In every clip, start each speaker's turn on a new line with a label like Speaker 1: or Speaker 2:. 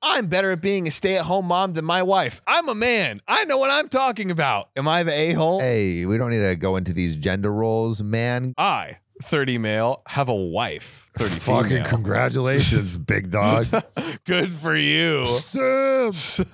Speaker 1: I'm better at being a stay at home mom than my wife. I'm a man. I know what I'm talking about. Am I the a hole?
Speaker 2: Hey, we don't need to go into these gender roles, man.
Speaker 1: I, 30 male, have a wife. 30
Speaker 2: Fucking
Speaker 1: female.
Speaker 2: congratulations, big dog.
Speaker 1: Good for you.
Speaker 2: Sam.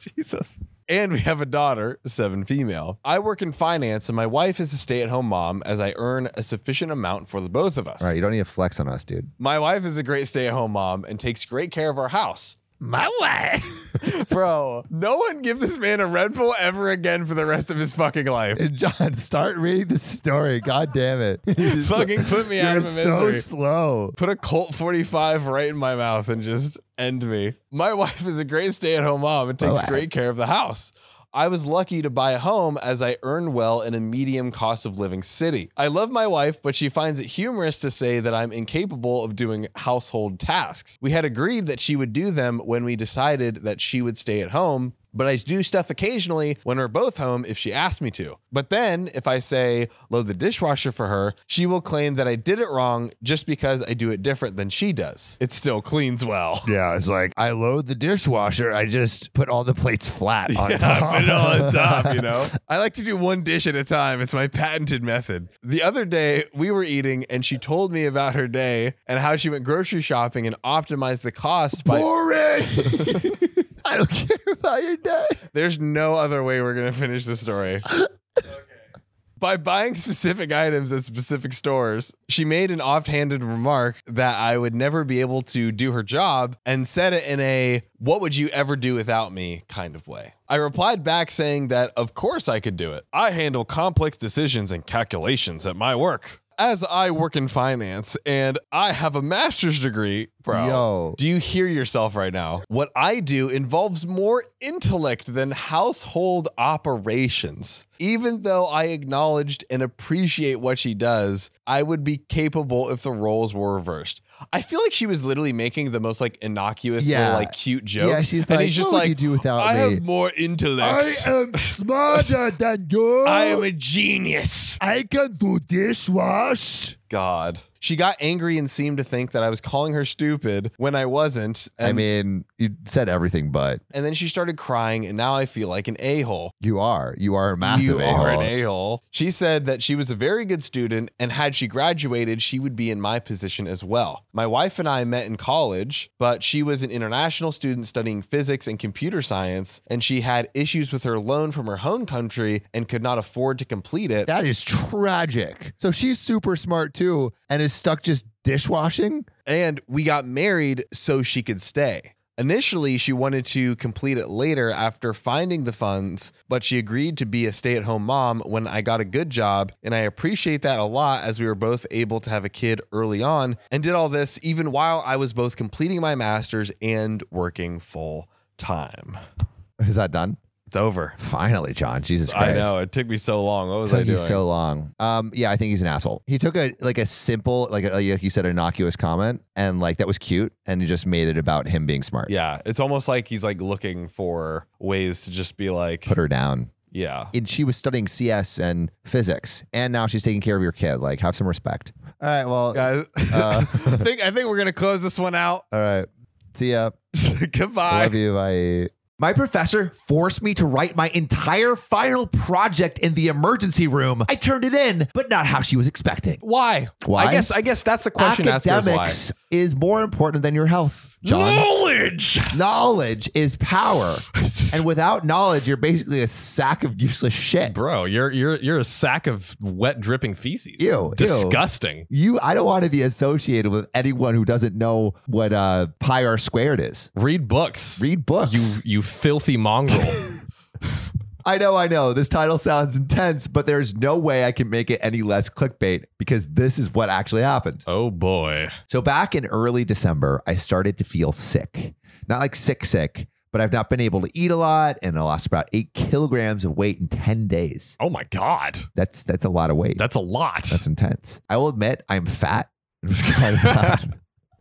Speaker 1: Jesus. And we have a daughter, seven female. I work in finance, and my wife is a stay at home mom as I earn a sufficient amount for the both of us.
Speaker 2: All right, you don't need to flex on us, dude.
Speaker 1: My wife is a great stay at home mom and takes great care of our house.
Speaker 2: My way.
Speaker 1: Bro, no one give this man a Red Bull ever again for the rest of his fucking life.
Speaker 2: John, start reading the story. God damn it. You're so-
Speaker 1: Fucking put me out
Speaker 2: You're
Speaker 1: of my
Speaker 2: so
Speaker 1: misery.
Speaker 2: slow.
Speaker 1: Put a Colt 45 right in my mouth and just end me. My wife is a great stay at home mom and takes
Speaker 2: Wow.
Speaker 1: great care of the house. I was lucky to buy a home as I earn well in a medium cost of living city. I love my wife, but she finds it humorous to say that I'm incapable of doing household tasks. We had agreed that she would do them when we decided that she would stay at home, but I do stuff occasionally when we're both home if she asks me to. But then if I say load the dishwasher for her, she will claim that I did it wrong just because I do it different than she does. It still cleans well.
Speaker 2: Yeah, it's like I load the dishwasher. I just put all the plates flat on top.
Speaker 1: Put it all on top, you know? I like to do one dish at a time. It's my patented method. The other day, we were eating and she told me about her day and how she went grocery shopping and optimized the cost by.
Speaker 2: Boring. I don't care about your day.
Speaker 1: There's no other way we're going to finish the story. By buying specific items at specific stores, she made an offhanded remark that I would never be able to do her job and said it in a what would you ever do without me kind of way. I replied back saying that of course I could do it. I handle complex decisions and calculations at my work. As I work in finance and I have a master's degree, bro.
Speaker 2: Yo.
Speaker 1: Do you hear yourself right now? What I do involves more intellect than household operations. Even though I acknowledged and appreciate what she does, I would be capable if the roles were reversed. I feel like she was literally making the most like innocuous, little,
Speaker 2: Yeah.
Speaker 1: like cute joke.
Speaker 2: Yeah, she's
Speaker 1: and
Speaker 2: like,
Speaker 1: he's just
Speaker 2: "What would
Speaker 1: like,
Speaker 2: you do without
Speaker 1: I
Speaker 2: me?"
Speaker 1: have more intellect. I,
Speaker 2: am smarter than you.
Speaker 1: am a genius.
Speaker 2: I can do dishwash.
Speaker 1: God. She got angry and seemed to think that I was calling her stupid when I wasn't. And,
Speaker 2: I mean, you said everything, but
Speaker 1: and then she started crying, and now I feel like an a hole.
Speaker 2: you are. You are a massive
Speaker 1: you are an a-hole. She said that she was a very good student, and had she graduated, she would be in my position as well. My wife and I met in college, but she was an international student studying physics and computer science, and she had issues with her loan from her home country and could not afford to complete it.
Speaker 2: That is tragic. So she's super smart too and is stuck just dishwashing?
Speaker 1: and we got married so she could stay. Initially, she wanted to complete it later after finding the funds, but she agreed to be a stay at home mom when I got a good job. And I appreciate that a lot as we were both able to have a kid early on and did all this even while I was both completing my master's and working full time.
Speaker 2: Is that done?
Speaker 1: It's over.
Speaker 2: Finally, John. Jesus
Speaker 1: I
Speaker 2: Christ.
Speaker 1: know. It took me so long. What was I
Speaker 2: Took you
Speaker 1: doing?
Speaker 2: so long. Um, yeah, I think he's an asshole. He took a like a simple, like, a, like you said, innocuous comment, and like that was cute, and he just made it about him being smart.
Speaker 1: yeah. It's almost like he's like looking for ways to just be like,
Speaker 2: Put her down.
Speaker 1: yeah.
Speaker 2: and she was studying CS and physics, and now she's taking care of your kid. Like, have some respect. All right. Well.
Speaker 1: Guys,
Speaker 2: Uh,
Speaker 1: I think I think we're gonna close this one out.
Speaker 2: all right. See ya.
Speaker 1: Goodbye.
Speaker 2: Love you. Bye.
Speaker 3: My professor forced me to write my entire final project in the emergency room. I turned it in, but not how she was expecting.
Speaker 1: Why?
Speaker 2: Why?
Speaker 1: I guess I guess that's the question. asker is why.
Speaker 2: Academics is more important than your health, John.
Speaker 1: Knowledge.
Speaker 2: Knowledge is power, and without knowledge, you're basically a sack of useless shit.
Speaker 1: Bro, you're you're you're a sack of wet dripping feces.
Speaker 2: Ew, ew.
Speaker 1: Disgusting.
Speaker 2: You, I don't want to be associated with anyone who doesn't know what uh, pi r squared is.
Speaker 1: Read books.
Speaker 2: Read books.
Speaker 1: you you filthy mongrel.
Speaker 2: I know, I know. This title sounds intense, but there's no way I can make it any less clickbait because this is what actually happened.
Speaker 1: oh boy.
Speaker 2: So, back in early December, I started to feel sick. Not like sick, sick, but I've not been able to eat a lot and I lost about eight kilograms of weight in 10 days.
Speaker 1: Oh my god.
Speaker 2: That's that's a lot of weight.
Speaker 1: That's a lot.
Speaker 2: That's intense. I will admit I'm fat. It was kind of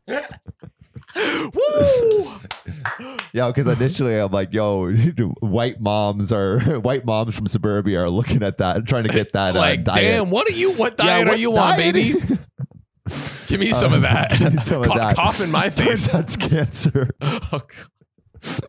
Speaker 2: bad.
Speaker 1: Woo!
Speaker 2: Yeah, because initially I'm like, yo, white moms are white moms from suburbia are looking at that and trying to get that
Speaker 1: like,
Speaker 2: uh, diet.
Speaker 1: damn, what are you what
Speaker 2: Yeah,
Speaker 1: diet are
Speaker 2: what
Speaker 1: you on,
Speaker 2: diet? Uh,
Speaker 1: baby? Give me some of that.
Speaker 2: give me some of
Speaker 1: Cough-
Speaker 2: that.
Speaker 1: Cough in my face.
Speaker 2: That's cancer.
Speaker 1: Oh, God.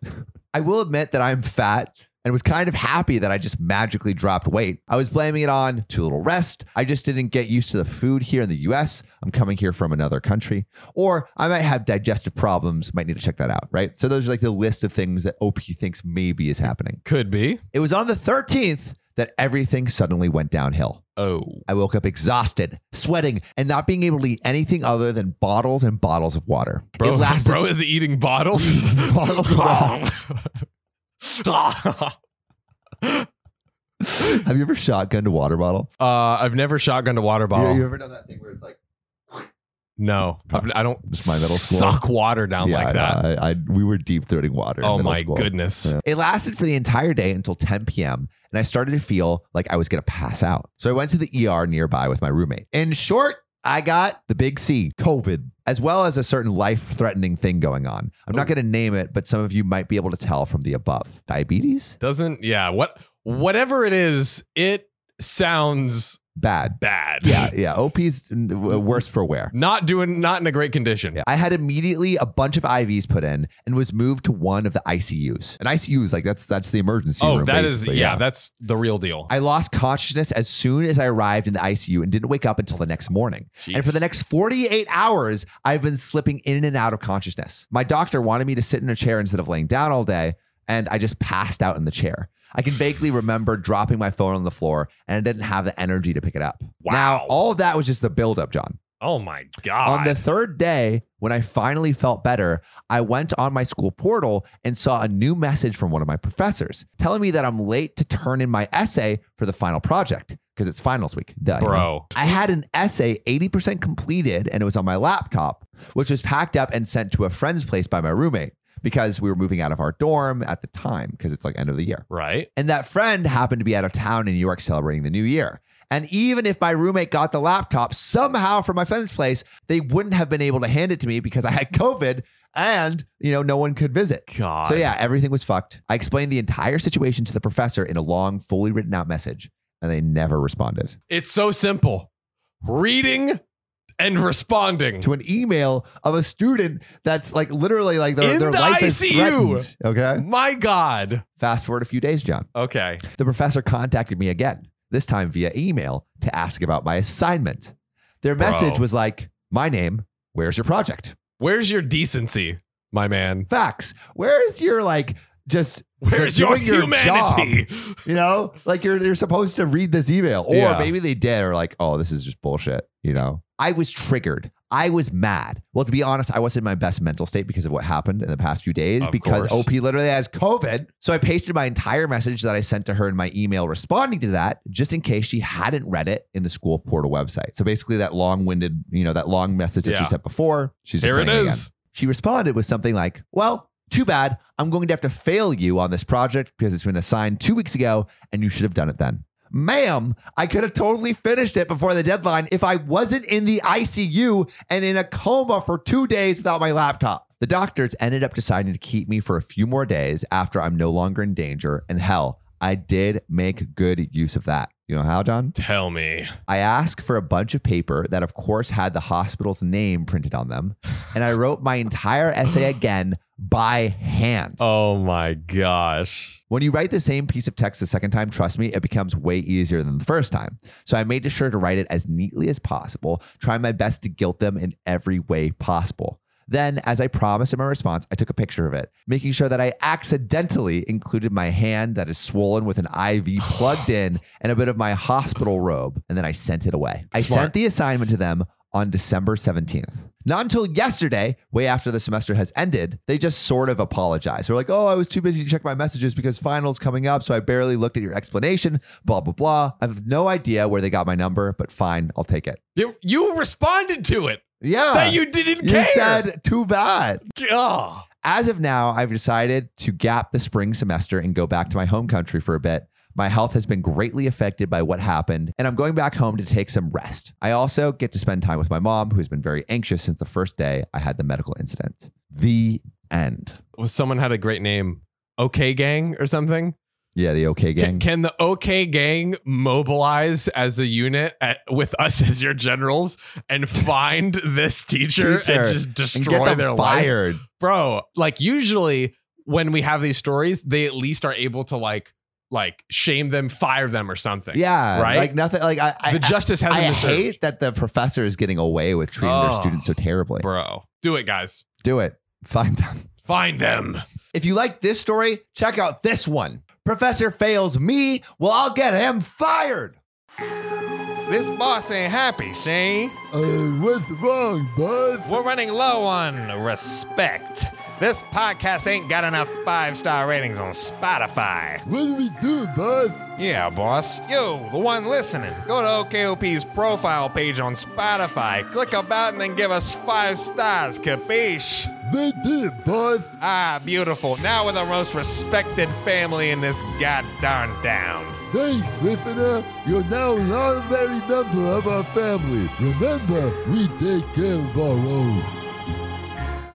Speaker 2: I will admit that I'm fat and was kind of happy that I just magically dropped weight. I was blaming it on too little rest. I just didn't get used to the food here in the US. I'm coming here from another country. Or I might have digestive problems, might need to check that out, right? So those are like the list of things that OP thinks maybe is happening.
Speaker 1: Could be.
Speaker 2: It was on the 13th that everything suddenly went downhill.
Speaker 1: Oh.
Speaker 2: I woke up exhausted, sweating, and not being able to eat anything other than bottles and bottles of water.
Speaker 1: Bro,
Speaker 2: it lasted.
Speaker 1: bro is eating bottles. uh,
Speaker 2: Have you ever shotgunned a water bottle?
Speaker 1: I've never shotgunned a water
Speaker 2: You-
Speaker 1: bottle.
Speaker 2: You, ever done that thing where it's like
Speaker 1: No, I've, I don't
Speaker 2: It's uh, my middle school.
Speaker 1: suck water down
Speaker 2: Yeah,
Speaker 1: like that.
Speaker 2: I, I- we were deep throating water. in
Speaker 1: Oh
Speaker 2: middle
Speaker 1: my
Speaker 2: school.
Speaker 1: goodness.
Speaker 2: Yeah. It lasted for the entire day until 10 p.m. and I started to feel like I was going to pass out. So I went to the ER nearby with my roommate. In short, I got the big C, COVID, as well as a certain life threatening thing going on. I'm not going to name it, but some of you might be able to tell from the above. Diabetes?
Speaker 1: Doesn't yeah, what whatever it is, it sounds
Speaker 2: Bad.
Speaker 1: bad.
Speaker 2: Yeah, yeah. OP's n- w- worse for wear.
Speaker 1: Not doing not in a great condition.
Speaker 2: I had immediately a bunch of IVs put in and was moved to one of the ICUs. And ICU is like that's that's the emergency
Speaker 1: Oh,
Speaker 2: room.
Speaker 1: that is
Speaker 2: basically,
Speaker 1: yeah, that's the real deal.
Speaker 2: I lost consciousness as soon as I arrived in the ICU and didn't wake up until the next morning. And for the next 48 hours, I've been slipping in and out of consciousness. My doctor wanted me to sit in a chair instead of laying down all day, and I just passed out in the chair. I can vaguely remember dropping my phone on the floor and I didn't have the energy to pick it up. Now,
Speaker 1: Wow.
Speaker 2: all of that was just the buildup, John.
Speaker 1: oh my
Speaker 2: On
Speaker 1: god.
Speaker 2: the third day, when I finally felt better, I went on my school portal and saw a new message from one of my professors telling me that I'm late to turn in my essay for the final project because it's finals week. Duh, you know?
Speaker 1: Bro.
Speaker 2: I had an essay 80% completed and it was on my laptop, which was packed up and sent to a friend's place by my roommate because we were moving out of our dorm at the time because it's like end of the year.
Speaker 1: Right?
Speaker 2: And that friend happened to be out of town in New York celebrating the new year. And even if my roommate got the laptop somehow from my friend's place, they wouldn't have been able to hand it to me because I had COVID and, you know, no one could visit.
Speaker 1: God.
Speaker 2: So yeah, everything was fucked. I explained the entire situation to the professor in a long, fully written out message, and they never responded.
Speaker 1: It's so simple. Reading and responding.
Speaker 2: To an email of a student that's like literally like their,
Speaker 1: In
Speaker 2: their
Speaker 1: the
Speaker 2: life is
Speaker 1: ICU.
Speaker 2: threatened. Okay.
Speaker 1: my god.
Speaker 2: Fast forward a few days, John.
Speaker 1: Okay.
Speaker 2: The professor contacted me again, this time via email, to ask about my assignment. Their
Speaker 1: Bro.
Speaker 2: message was like, My name, where's your project?
Speaker 1: Where's your decency, my man?
Speaker 2: Facts. Where's your like just
Speaker 1: Where's your
Speaker 2: They're doing your job.
Speaker 1: humanity?
Speaker 2: you know, like you're you're supposed to read this email. Or
Speaker 1: Yeah.
Speaker 2: maybe they did or like, oh, this is just bullshit, you know. I was triggered. I was mad. Well, to be honest, I was in my best mental state because of what happened in the past few days
Speaker 1: Of
Speaker 2: because
Speaker 1: course.
Speaker 2: OP literally has COVID. So I pasted my entire message that I sent to her in my email responding to that just in case she hadn't read it in the school portal website. So basically that long-winded, you know, that long message that she
Speaker 1: Yeah.
Speaker 2: sent before, she's just
Speaker 1: Here it
Speaker 2: saying again.
Speaker 1: is.
Speaker 2: She responded with something like, Well, too bad. I'm going to have to fail you on this project because it's been assigned two weeks ago and you should have done it then. Ma'am, I could have totally finished it before the deadline if I wasn't in the ICU and in a coma for two days without my laptop. The doctors ended up deciding to keep me for a few more days after I'm no longer in danger. And hell, I did make good use of that. You know how, John?
Speaker 1: Tell me.
Speaker 2: I asked for a bunch of paper that, of course, had the hospital's name printed on them, and I wrote my entire essay again by hand.
Speaker 1: Oh my gosh.
Speaker 2: When you write the same piece of text the second time, trust me, it becomes way easier than the first time. So I made sure to write it as neatly as possible, trying my best to guilt them in every way possible. Then, as I promised in my response, I took a picture of it, making sure that I accidentally included my hand that is swollen with an IV plugged in and a bit of my hospital robe, and then I sent it away. I
Speaker 1: Smart.
Speaker 2: sent the assignment to them on December 17th. Not until yesterday, way after the semester has ended, they just sort of apologized. They're like, oh, I was too busy to check my messages because finals coming up, so I barely looked at your explanation, blah, blah, blah. I have no idea where they got my number, but fine, I'll take it.
Speaker 1: You, you responded to it
Speaker 2: Yeah.
Speaker 1: that Ah. you didn't
Speaker 2: you
Speaker 1: care. ah.
Speaker 2: said too bad.
Speaker 1: Ugh.
Speaker 2: As of now, I've decided to gap the spring semester and go back to my home country for a bit. My health has been greatly affected by what happened, and I'm going back home to take some rest. I also get to spend time with my mom, who has been very anxious since the first day I had the medical incident. The end.
Speaker 1: Well, someone had a great name. Okay, gang, or something.
Speaker 2: Yeah, the OK
Speaker 1: Can,
Speaker 2: gang.
Speaker 1: can the OK gang mobilize as a unit at, with us as your generals and find this teacher,
Speaker 2: Teacher,
Speaker 1: and just
Speaker 2: And
Speaker 1: destroy
Speaker 2: get them
Speaker 1: their life?
Speaker 2: fired.
Speaker 1: bro like usually when we have these stories, they at least are able to like like shame them, fire them, or something.
Speaker 2: Yeah,
Speaker 1: Right?
Speaker 2: Like nothing. Like I, I,
Speaker 1: the justice hasn't
Speaker 2: I
Speaker 1: been served.
Speaker 2: hate that the professor is getting away with treating their
Speaker 1: Oh.
Speaker 2: students so terribly.
Speaker 1: bro. Do it, guys.
Speaker 2: Do it. Find them.
Speaker 1: Find them.
Speaker 2: If you like this story, check out this one. Professor fails me. Well, I'll get him fired.
Speaker 1: This boss ain't happy, see?
Speaker 2: Uh, what's wrong, bud?
Speaker 1: We're running low on respect. This podcast ain't got enough five star ratings on Spotify.
Speaker 2: What do we do, bud?
Speaker 1: Yeah, boss. Yo, the one listening. Go to OKOP's profile page on Spotify, click about, and then give us five stars, capiche?
Speaker 2: They did, bud.
Speaker 1: Ah, beautiful. Now we're the most respected family in this goddamn town.
Speaker 2: Thanks, listener. You're now an honorary member of our family. Remember, we take care of our own.